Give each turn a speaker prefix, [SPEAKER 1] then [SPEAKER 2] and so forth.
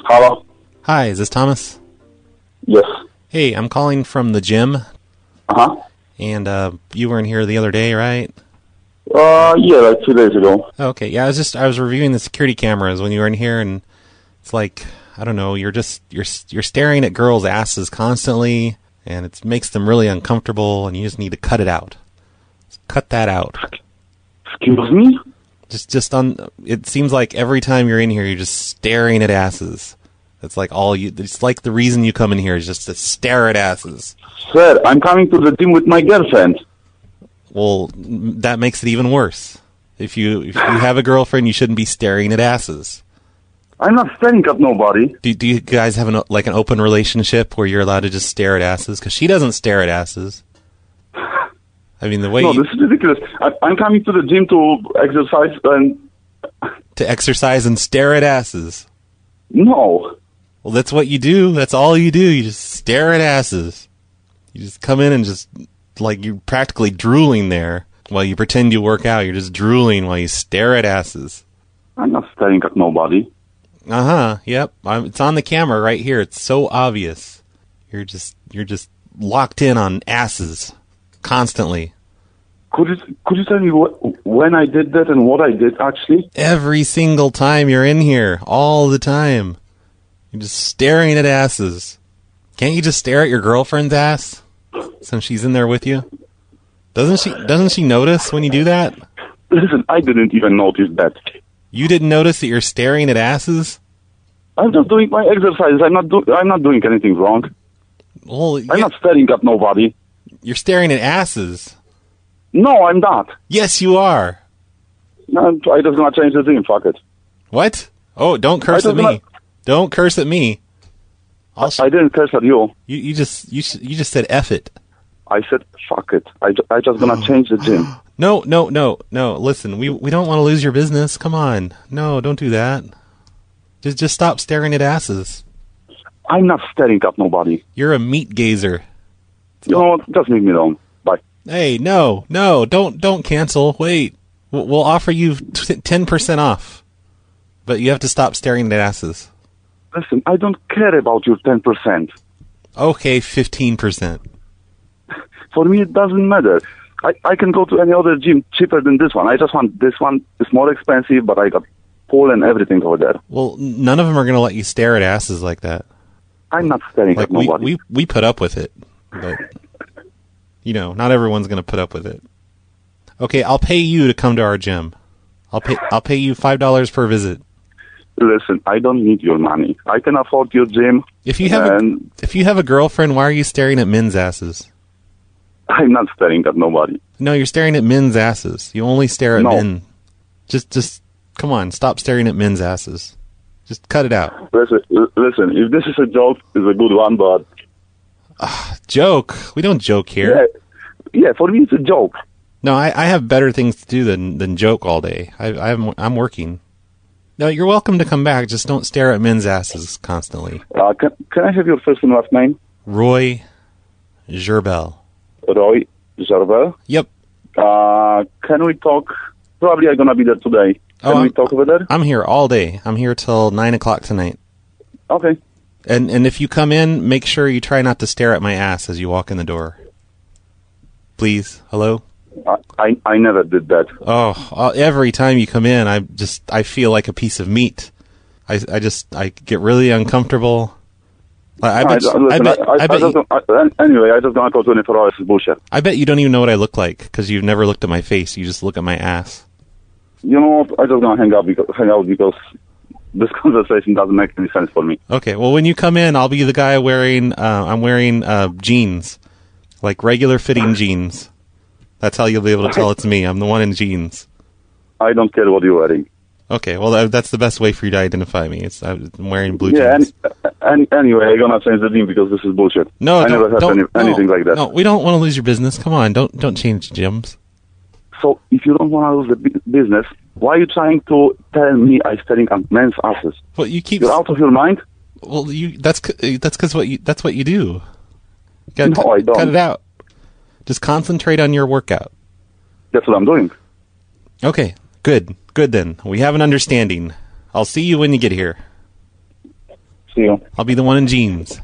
[SPEAKER 1] Hello.
[SPEAKER 2] Hi, is this Thomas?
[SPEAKER 1] Yes.
[SPEAKER 2] Hey, I'm calling from the gym,
[SPEAKER 1] Uh huh.
[SPEAKER 2] and uh, you were in here the other day, right?
[SPEAKER 1] Uh yeah, like two days ago.
[SPEAKER 2] Okay, yeah, I was just I was reviewing the security cameras when you were in here, and it's like I don't know, you're just you're you're staring at girls' asses constantly, and it makes them really uncomfortable, and you just need to cut it out. Just cut that out.
[SPEAKER 1] Excuse me.
[SPEAKER 2] Just just on. It seems like every time you're in here, you're just staring at asses. That's like all you. It's like the reason you come in here is just to stare at asses.
[SPEAKER 1] Sir, I'm coming to the gym with my girlfriend.
[SPEAKER 2] Well, m- that makes it even worse. If you if you have a girlfriend, you shouldn't be staring at asses.
[SPEAKER 1] I'm not staring at nobody.
[SPEAKER 2] Do, do you guys have an o- like an open relationship where you're allowed to just stare at asses? Because she doesn't stare at asses. I mean, the way
[SPEAKER 1] No,
[SPEAKER 2] you,
[SPEAKER 1] this is ridiculous. I, I'm coming to the gym to exercise and
[SPEAKER 2] to exercise and stare at asses.
[SPEAKER 1] no.
[SPEAKER 2] Well, that's what you do. That's all you do. You just stare at asses. You just come in and just like you're practically drooling there while you pretend you work out. You're just drooling while you stare at asses.
[SPEAKER 1] I'm not staring at nobody.
[SPEAKER 2] Uh huh. Yep. I'm, it's on the camera right here. It's so obvious. You're just you're just locked in on asses constantly.
[SPEAKER 1] Could you could you tell me wh- when I did that and what I did actually?
[SPEAKER 2] Every single time you're in here, all the time, you're just staring at asses. Can't you just stare at your girlfriend's ass since she's in there with you? Doesn't she doesn't she notice when you do that?
[SPEAKER 1] Listen, I didn't even notice that.
[SPEAKER 2] You didn't notice that you're staring at asses?
[SPEAKER 1] I'm just doing my exercises. I'm not do- I'm not doing anything wrong.
[SPEAKER 2] Well,
[SPEAKER 1] I'm
[SPEAKER 2] yeah,
[SPEAKER 1] not staring at nobody.
[SPEAKER 2] you're staring at asses.
[SPEAKER 1] No, I'm not.
[SPEAKER 2] Yes, you are.
[SPEAKER 1] No, I'm, I just gonna change the gym. Fuck it.
[SPEAKER 2] What? Oh, don't curse
[SPEAKER 1] I
[SPEAKER 2] at
[SPEAKER 1] don't
[SPEAKER 2] me.
[SPEAKER 1] know.
[SPEAKER 2] Don't curse at me. Also,
[SPEAKER 1] I didn't curse at you.
[SPEAKER 2] you, you just you s- you just said F it.
[SPEAKER 1] I said, fuck it. I, ju- I just gonna change the gym.
[SPEAKER 2] No, no, no, no. Listen, we we don't want to lose your business. Come on. No, don't do that. Just just stop staring at asses.
[SPEAKER 1] I'm not staring at nobody.
[SPEAKER 2] You're a meat gazer.
[SPEAKER 1] You know what? Just leave me alone. Bye.
[SPEAKER 2] Hey, no, no, don't don't cancel. Wait. We'll, we'll offer you t- 10% off. But you have to stop staring at asses.
[SPEAKER 1] Listen, I don't care about your 10%.
[SPEAKER 2] Okay, 15%.
[SPEAKER 1] For me, it doesn't matter. I, I can go to any other gym cheaper than this one. I just want this one. It's more expensive, but I got pool and everything over there.
[SPEAKER 2] Well, n- none of them are going to let you stare at asses like that.
[SPEAKER 1] I'm not staring
[SPEAKER 2] like
[SPEAKER 1] at
[SPEAKER 2] we,
[SPEAKER 1] nobody.
[SPEAKER 2] we we put up with it but you know not everyone's gonna put up with it okay i'll pay you to come to our gym i'll pay i'll pay you five dollars per visit
[SPEAKER 1] Listen, I don't need your money. I can afford your gym,
[SPEAKER 2] if you have a,
[SPEAKER 1] and
[SPEAKER 2] if you have a girlfriend why are you staring at men's asses
[SPEAKER 1] I'm not staring at nobody.
[SPEAKER 2] no you're staring at men's asses you only stare at
[SPEAKER 1] No.
[SPEAKER 2] men just just come on stop staring at men's asses just cut it out
[SPEAKER 1] Listen, l- listen. If this is a joke, it's a good one, but
[SPEAKER 2] joke we don't joke here
[SPEAKER 1] yeah, yeah, for me, it's a joke.
[SPEAKER 2] No, I, I have better things to do than, than joke all day. I, I'm I'm working. No, you're welcome to come back. Just don't stare at men's asses constantly.
[SPEAKER 1] Uh, can, can I have your first and last name?
[SPEAKER 2] Roy Gerbel.
[SPEAKER 1] Roy Jarvel.
[SPEAKER 2] Yep,
[SPEAKER 1] Uh, can we talk? Probably I'm gonna be there today. Can we
[SPEAKER 2] Oh, I'm-
[SPEAKER 1] talk over there?
[SPEAKER 2] I'm here all day. I'm here till nine o'clock tonight.
[SPEAKER 1] Okay.
[SPEAKER 2] And and if you come in, make sure you try not to stare at my ass as you walk in the door. Please. Hello.
[SPEAKER 1] I, I I never did that.
[SPEAKER 2] Oh, uh, every time you come in, I just I feel like a piece of meat. I I just I get really uncomfortable. I, I bet. you- I
[SPEAKER 1] listen,
[SPEAKER 2] bet.
[SPEAKER 1] I, I
[SPEAKER 2] I bet. you-
[SPEAKER 1] just don't- I- anyway, I just gonna go to an for hours. It's bullshit.
[SPEAKER 2] I bet you don't even know what I look like because you've never looked at my face. You just look at my ass.
[SPEAKER 1] You know what? I just gonna hang out because hang out because this conversation doesn't make any sense for me.
[SPEAKER 2] Okay. Well, when you come in, I'll be the guy wearing. Uh, I'm wearing uh, jeans, like regular fitting jeans. That's how you'll be able to tell it's me. I'm the one in jeans.
[SPEAKER 1] I don't care what you're wearing.
[SPEAKER 2] Okay. Well, that, that's the best way for you to identify me. It's uh, I'm wearing blue
[SPEAKER 1] Yeah.
[SPEAKER 2] jeans.
[SPEAKER 1] Any, any, anyway, I'm gonna change the name because this is bullshit.
[SPEAKER 2] no,
[SPEAKER 1] I
[SPEAKER 2] don't,
[SPEAKER 1] never had
[SPEAKER 2] don't-
[SPEAKER 1] any,
[SPEAKER 2] no,
[SPEAKER 1] anything like that.
[SPEAKER 2] No, we don't want to lose your business. Come on, don't don't change gyms.
[SPEAKER 1] So if you don't wanna lose the bu- business, why are you trying to tell me I'm staring at men's asses?
[SPEAKER 2] Well, you keep.
[SPEAKER 1] You're out of your mind.
[SPEAKER 2] Well, you that's c- uh, that's because what you that's what you do. You gotta
[SPEAKER 1] No,
[SPEAKER 2] cut-
[SPEAKER 1] I don't.
[SPEAKER 2] Cut it out. Just concentrate on your workout.
[SPEAKER 1] That's what I'm doing.
[SPEAKER 2] Okay, good, good. Then we have an understanding. I'll see you when you get here.
[SPEAKER 1] See you.
[SPEAKER 2] I'll be the one in jeans.